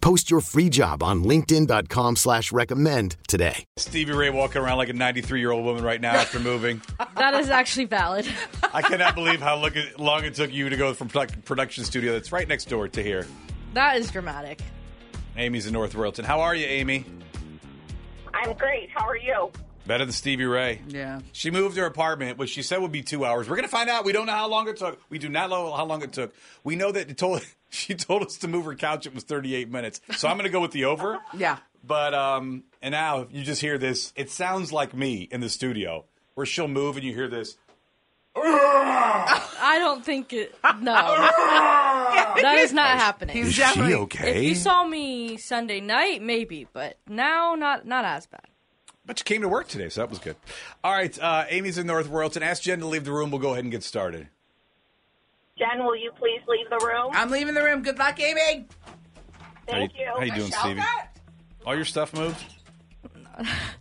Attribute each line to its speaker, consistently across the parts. Speaker 1: Post your free job on linkedin.com slash recommend today.
Speaker 2: Stevie Ray walking around like a 93 year old woman right now after moving.
Speaker 3: That is actually valid.
Speaker 2: I cannot believe how look long it took you to go from produc- production studio that's right next door to here.
Speaker 3: That is dramatic.
Speaker 2: Amy's in North Royalton. How are you, Amy?
Speaker 4: I'm great. How are you?
Speaker 2: Better than Stevie Ray.
Speaker 5: Yeah.
Speaker 2: She moved her apartment, which she said would be two hours. We're gonna find out. We don't know how long it took. We do not know how long it took. We know that it told she told us to move her couch. It was 38 minutes. So I'm gonna go with the over.
Speaker 5: Yeah.
Speaker 2: But um, and now if you just hear this. It sounds like me in the studio where she'll move and you hear this.
Speaker 3: I don't think it. No. that is not happening.
Speaker 5: He's
Speaker 2: Is
Speaker 5: definitely
Speaker 2: she okay?
Speaker 3: if you saw me Sunday night, maybe, but now not not as bad.
Speaker 2: But you came to work today, so that was good. All right, uh, Amy's in North Royalton. Ask Jen to leave the room. We'll go ahead and get started.
Speaker 4: Jen, will you please leave the room?
Speaker 5: I'm leaving the room. Good luck, Amy.
Speaker 4: Thank
Speaker 2: how you,
Speaker 4: you.
Speaker 2: How you doing, Stevie? All your stuff moved.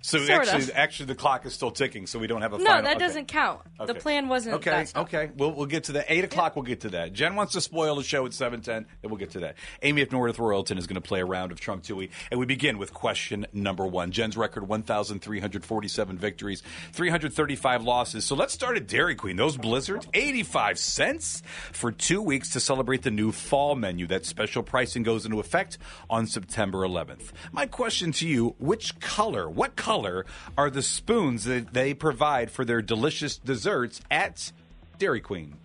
Speaker 2: So
Speaker 3: Sort
Speaker 2: actually,
Speaker 3: of.
Speaker 2: actually, the clock is still ticking, so we don't have a
Speaker 3: No,
Speaker 2: final.
Speaker 3: that
Speaker 2: okay.
Speaker 3: doesn't count. The
Speaker 2: Okay.
Speaker 3: plan wasn't.
Speaker 2: Okay,
Speaker 3: that stuff.
Speaker 2: okay. We'll we'll get to that. Eight o'clock. We'll get to that. Jen wants to spoil the show at seven ten, and we'll get to that. Amy of North Royalton is going to play a round of Trump Tui, and we begin with question number one. Jen's record: one thousand three hundred forty-seven victories, three hundred thirty-five losses. So let's start at Dairy Queen. Those blizzards, eighty-five cents for two weeks to celebrate the new fall menu. That special pricing goes into effect on September 11th. My question to you: Which color? What color are the spoons that they provide for their delicious desserts at? Dairy Queen.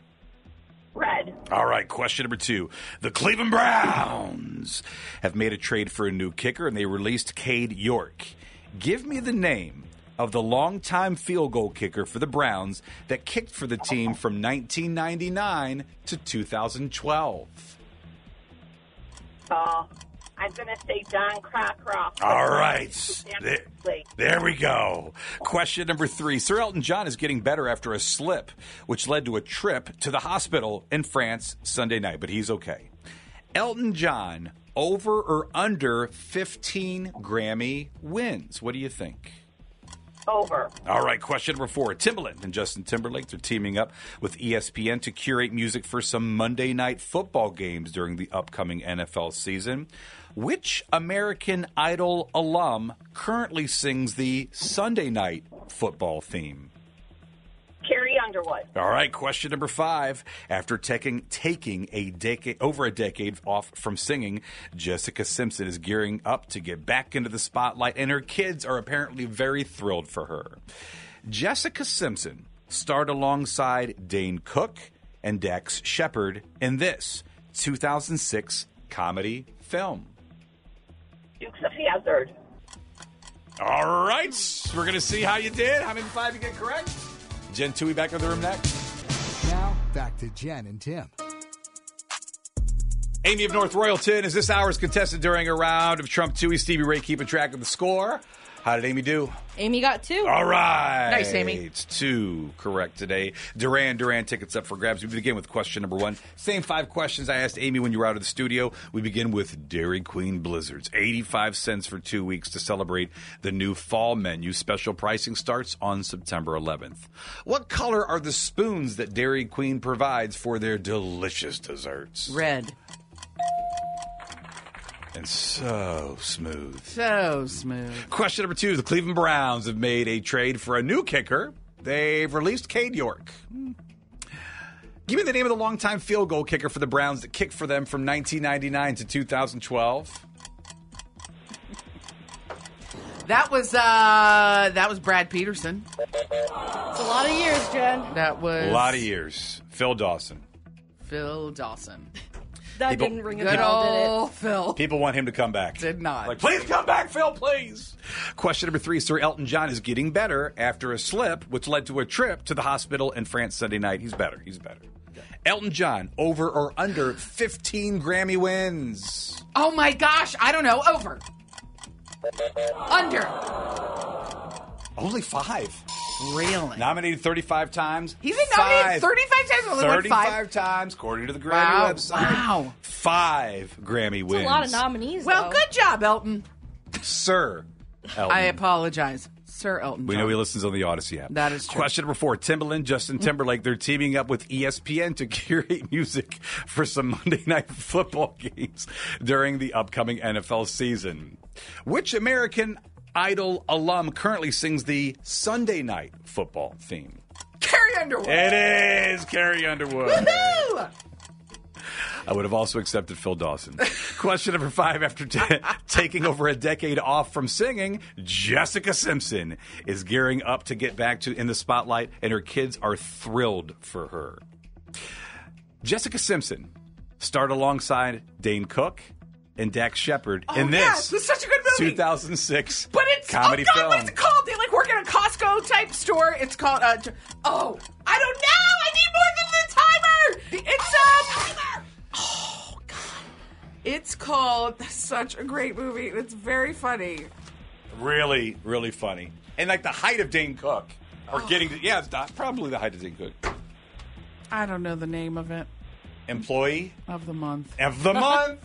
Speaker 4: Red.
Speaker 2: All right, question number two. The Cleveland Browns have made a trade for a new kicker and they released Cade York. Give me the name of the longtime field goal kicker for the Browns that kicked for the team from 1999 to 2012.
Speaker 4: Oh, I'm going to say Don Crockroft.
Speaker 2: All right. There,
Speaker 4: Wait.
Speaker 2: there we go. Question number three. Sir Elton John is getting better after a slip, which led to a trip to the hospital in France Sunday night, but he's okay. Elton John, over or under 15 Grammy wins? What do you think?
Speaker 4: Over.
Speaker 2: All right, question number four. Timbaland and Justin Timberlake, they're teaming up with E ESPN to curate music for some Monday night football games during the upcoming NFL season. Which American Idol alum currently sings the Sunday night football theme?
Speaker 4: Carrie Underwood.
Speaker 2: All right, question number five. After taking taking a decade over a decade off from singing, Jessica Simpson is gearing up to get back into the spotlight, and her kids are apparently very thrilled for her. Jessica Simpson starred alongside Dane Cook and Dax Shepard in this 2006 comedy film.
Speaker 4: Dukes of Hazard.
Speaker 2: All right, we're gonna see how you did. How many five you get correct? Jen Tui back in the room next.
Speaker 6: Now, back to Jen and Tim.
Speaker 2: Amy of North Royalton is this hour's contestant during a round of Trump 2. Stevie Ray keeping track of the score. How did Amy do?
Speaker 3: Amy got two.
Speaker 2: All right.
Speaker 5: Nice, Amy.
Speaker 2: It's two correct today. Duran Duran tickets up for grabs. We begin with question number one. Same five questions I asked Amy when you were out of the studio. We begin with Dairy Queen Blizzards. 85 cents for two weeks to celebrate the new fall menu. Special pricing starts on September 11th. What color are the spoons that Dairy Queen provides for their delicious desserts?
Speaker 5: Red.
Speaker 2: and so smooth.
Speaker 5: So smooth.
Speaker 2: Question number two: The Cleveland Browns have made a trade for a new kicker. They've released Cade York. Hmm. Give me the name of the longtime field goal kicker for the Browns that kicked for them from 1999 to 2012.
Speaker 5: That was uh that was Brad Peterson.
Speaker 3: It's a lot of years, Jen.
Speaker 5: That was
Speaker 2: A lot of years. Phil Dawson.
Speaker 5: Phil Dawson.
Speaker 3: That
Speaker 2: People-
Speaker 3: didn't ring a
Speaker 5: Good
Speaker 3: bell, did it?
Speaker 5: old Phil.
Speaker 2: People want him to come back.
Speaker 5: Did not.
Speaker 2: Like, please come back, Phil, please. Question number three Sir Elton John is getting better after a slip, which led to a trip to the hospital in France Sunday night. He's better. He's better. Elton John, over or under 15 Grammy wins?
Speaker 5: Oh my gosh, I don't know. Over. Under.
Speaker 2: Only five.
Speaker 5: Really?
Speaker 2: Nominated 35 times.
Speaker 5: He's been
Speaker 2: Five.
Speaker 5: nominated 35 times, only won
Speaker 2: 35
Speaker 5: five.
Speaker 2: times, according to the Grammy
Speaker 5: Wow.
Speaker 2: website.
Speaker 5: Wow.
Speaker 2: Five Grammy wins.
Speaker 3: A lot of nominees.
Speaker 5: Well,
Speaker 3: though.
Speaker 5: good job, Elton.
Speaker 2: Sir Elton.
Speaker 5: I apologize. Sir Elton.
Speaker 2: We
Speaker 5: John.
Speaker 2: know he listens on the Odyssey app.
Speaker 5: That is true. Mm.
Speaker 2: Question number four Timbaland, Justin Timberlake, they're teaming up with E ESPN to curate music for some Monday night football games during the upcoming NFL season. Which American Idol alum currently sings the Sunday night football theme?
Speaker 5: Carrie Underwood.
Speaker 2: It is Carrie Underwood.
Speaker 5: Woo!
Speaker 2: I would have also accepted Phil Dawson. Question number five After ta- taking over a decade off from singing, Jessica Simpson is gearing up to get back to in the spotlight, and her kids are thrilled for her. Jessica Simpson starred alongside Dane Cook and Dax Shepard
Speaker 5: Oh,
Speaker 2: in this
Speaker 5: yes, it's such a good movie.
Speaker 2: 2006
Speaker 5: But it's
Speaker 2: comedy
Speaker 5: oh God,
Speaker 2: film.
Speaker 5: what's it called? They like work in a Costco type store. It's called uh, t- oh I don't know. I need more than the timer. It's um. Oh God. It's called such a great movie. It's very funny.
Speaker 2: Really, really funny. And like the height of Dane Cook. Or getting to, yeah, it's not- probably the height of Dane Cook.
Speaker 5: I don't know the name of it
Speaker 2: Employee
Speaker 5: of the month.
Speaker 2: of the month.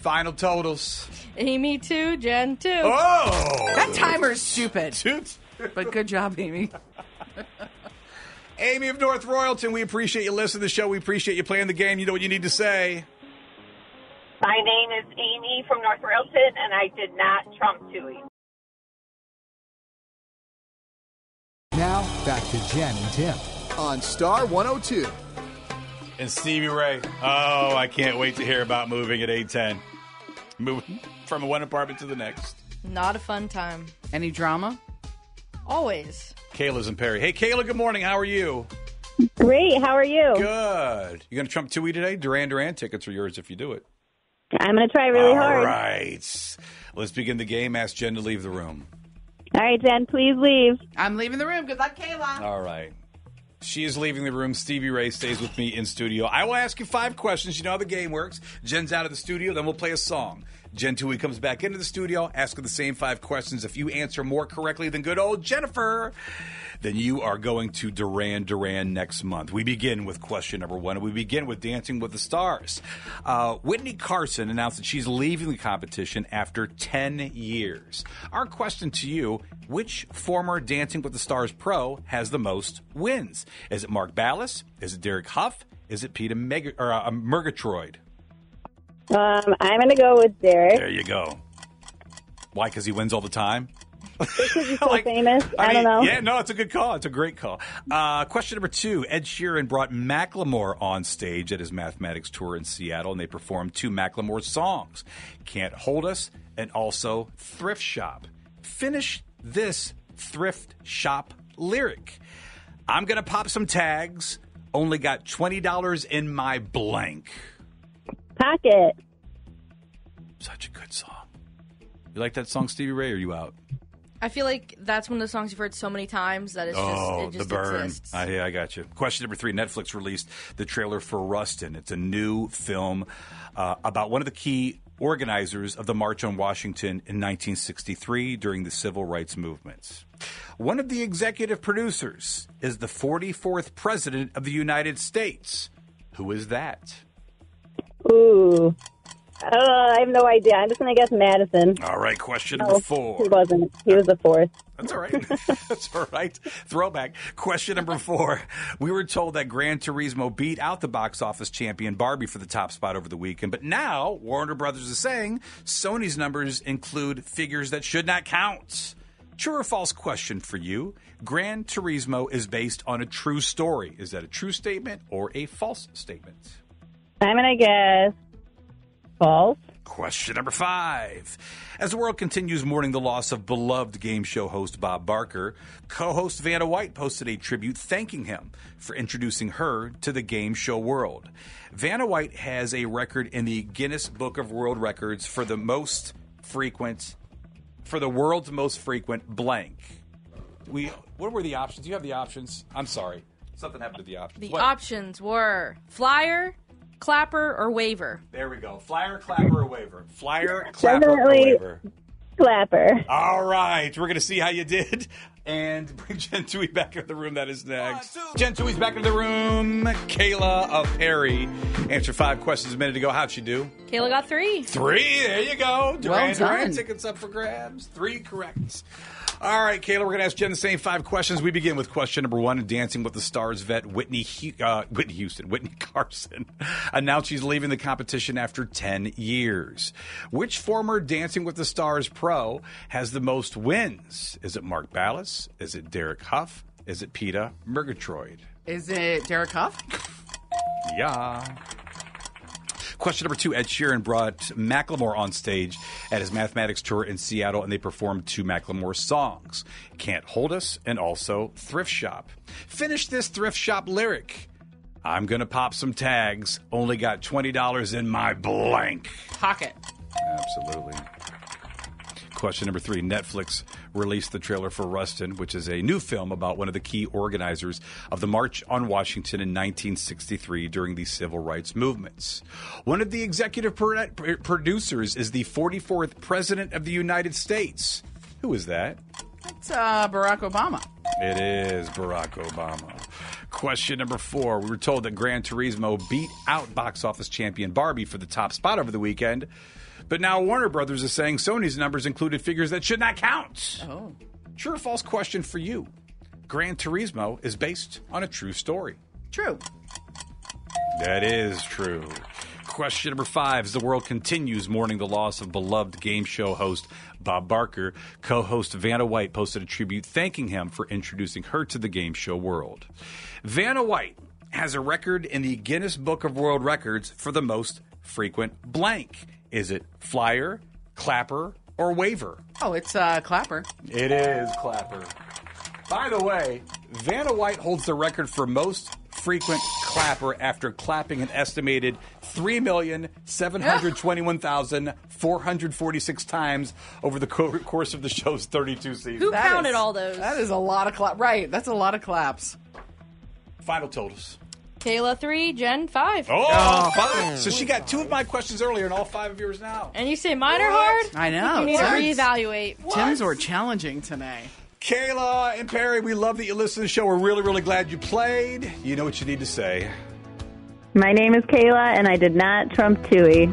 Speaker 2: Final totals.
Speaker 3: Amy too, Jen too.
Speaker 2: Oh!
Speaker 5: That timer's stupid,
Speaker 2: Toot.
Speaker 5: but good job, Amy.
Speaker 2: Amy of North Royalton, we appreciate you listening to the show. We appreciate you playing the game. You know what you need to say.
Speaker 4: My name is Amy from North Railton, and I did not trump Tui.
Speaker 6: Now, back to Jen and Tim.
Speaker 7: on Star 102.
Speaker 2: And Stevie Ray. Oh, I can't wait to hear about moving at 810. Moving from one apartment to the next.
Speaker 3: Not a fun time.
Speaker 5: Any drama?
Speaker 3: Always.
Speaker 2: Kayla's in Perry. Hey, Kayla, good morning. How are you?
Speaker 4: Great. How are you?
Speaker 2: Good. You going to trump Tui today? Duran Duran tickets are yours if you do it.
Speaker 4: I'm going to try really
Speaker 2: All
Speaker 4: hard.
Speaker 2: right. Let's begin the game. Ask Jen to leave the room.
Speaker 4: All right, Jen, please leave.
Speaker 5: I'm leaving the room. Good luck, Kayla.
Speaker 2: All right. She is leaving the room. Stevie Ray stays with me in studio. I will ask you five questions. You know how the game works. Jen's out of the studio, then we'll play a song. Jen Tui comes back into the studio, ask her the same five questions. If you answer more correctly than good old Jennifer, then you are going to Duran Duran next month. We begin with question number one. We begin with Dancing with the Stars. Uh, Whitney Carson announced that she's leaving the competition after 10 years. Our question to you which former Dancing with the Stars pro has the most wins? Is it Mark Ballas? Is it Derek Huff? Is it Peter Meg- or, uh, Murgatroyd?
Speaker 4: Um, I'm going to go with Derek
Speaker 2: There you go. Why? Because he wins all the time?
Speaker 4: so
Speaker 2: Like,
Speaker 4: famous. I,
Speaker 2: mean,
Speaker 4: don't know.
Speaker 2: Yeah, no, it's a good call. It's a great call. Uh, question number two Ed Sheeran brought Macklemore on stage at his mathematics tour in Seattle, and they performed two Macklemore songs Can't Hold Us and also Thrift Shop. Finish this thrift shop lyric I'm going to pop some tags. Only got $20 in my blank.
Speaker 4: Pocket.
Speaker 2: Such a good song. You like that song, Stevie Ray? Or are you out?
Speaker 3: I feel like that's one of those songs you've heard so many times that it's
Speaker 2: Oh,
Speaker 3: just it just
Speaker 2: the burn!
Speaker 3: exists.
Speaker 2: I, I got you. Question number three: Netflix released the trailer for Rustin. It's a new film uh, about one of the key organizers of the March on Washington in 1963 during the civil rights movement. One of the executive producers is the 44th president of the United States. Who is that?
Speaker 4: Ooh. Uh, I have no idea. I'm just going to guess Madison.
Speaker 2: All right, question
Speaker 3: Oh,
Speaker 4: No,
Speaker 2: number four.
Speaker 4: He wasn't. He was the fourth.
Speaker 2: That's all right. That's all right. Throwback. Question number four. We were told that Gran Turismo beat out the box office champion Barbie for the top spot over the weekend, but now Warner Brothers is saying Sony's numbers include figures that should not count. True or false question for you. Gran Turismo is based on a true story. Is that a true statement or a false statement?
Speaker 4: I'm going to guess false.
Speaker 2: Question number five. As the world continues mourning the loss of beloved game show host Bob Barker, co host Vanna White posted a tribute thanking him for introducing her to the game show world. Vanna White has a record in the Guinness Book of World Records for the most frequent, for the world's most frequent blank. We, what were the options? You have the options. I'm sorry. Something happened to the options.
Speaker 3: The
Speaker 2: What?
Speaker 3: options were flyer, clapper, or waiver.
Speaker 2: There we go. Flyer, clapper, or waiver. Flyer, clapper, or
Speaker 8: Definitely
Speaker 2: waiver.
Speaker 8: Clapper.
Speaker 2: All right, we're gonna see how you did, and bring Gen Tui back into the room. That is next. Gen Tui's back in the room. Kayla of Perry answered five questions a minute ago. How'd she do?
Speaker 3: Kayla got three.
Speaker 2: Three. There you go. Duran
Speaker 3: Well
Speaker 2: Duran
Speaker 3: done.
Speaker 2: tickets up for grabs. Three corrects. All right, Kayla, we're going to ask Jen the same five questions. We begin with question number one. Dancing with the Stars vet Whitney Hu- uh, Whitney Houston, Whitney Carson, announced she's leaving the competition after 10 years. Which former Dancing with the Stars pro has the most wins? Is it Mark Ballas? Is it Derek Huff? Is it PETA Murgatroyd?
Speaker 5: Is it Derek Huff?
Speaker 2: Yeah. Question number two Ed Sheeran brought Macklemore on stage at his mathematics tour in Seattle, and they performed two Macklemore songs Can't Hold Us and also Thrift Shop. Finish this thrift shop lyric I'm going to pop some tags, only got $20 in my blank.
Speaker 5: Pocket.
Speaker 2: Absolutely. Question number three Netflix released the trailer for Rustin, which is a new film about one of the key organizers of the March on Washington in 1963 during the civil rights movements. One of the executive pro- pr- producers is the 44th President of the United States. Who is that?
Speaker 5: It's uh, Barack Obama.
Speaker 2: It is Barack Obama. Question number four. We were told that Gran Turismo beat out box office champion Barbie for the top spot over the weekend, but now Warner Brothers is saying Sony's numbers included figures that should not count.
Speaker 5: Oh.
Speaker 2: True or false question for you Gran Turismo is based on a true story.
Speaker 5: True.
Speaker 2: That is true. Question number five As the world continues mourning the loss of beloved game show host Bob Barker, co host Vanna White posted a tribute thanking him for introducing her to the game show world. Vanna White has a record in the Guinness Book of World Records for the most frequent blank. Is it flyer, clapper, or waiver?
Speaker 5: Oh, it's uh, Clapper.
Speaker 2: It is Clapper. By the way, Vanna White holds the record for most frequent clapper after clapping an estimated 3,721,446 times over the co- course of the show's 32 seasons.
Speaker 5: That is- That is a lot of clap. Right, that's a lot of claps.
Speaker 2: Final totals.
Speaker 3: Kayla three, Jen five.
Speaker 2: Oh, five. So she got two of my questions earlier and all five of yours now.
Speaker 3: And you say mine are hard?
Speaker 5: I know.
Speaker 3: You need to
Speaker 5: What?
Speaker 3: reevaluate.
Speaker 5: Tim's were challenging today.
Speaker 2: Kayla and Perry, we love that you listen to the show. We're really, really glad you played. You know what you need to say.
Speaker 8: My name is Kayla, and I did not trump Tui.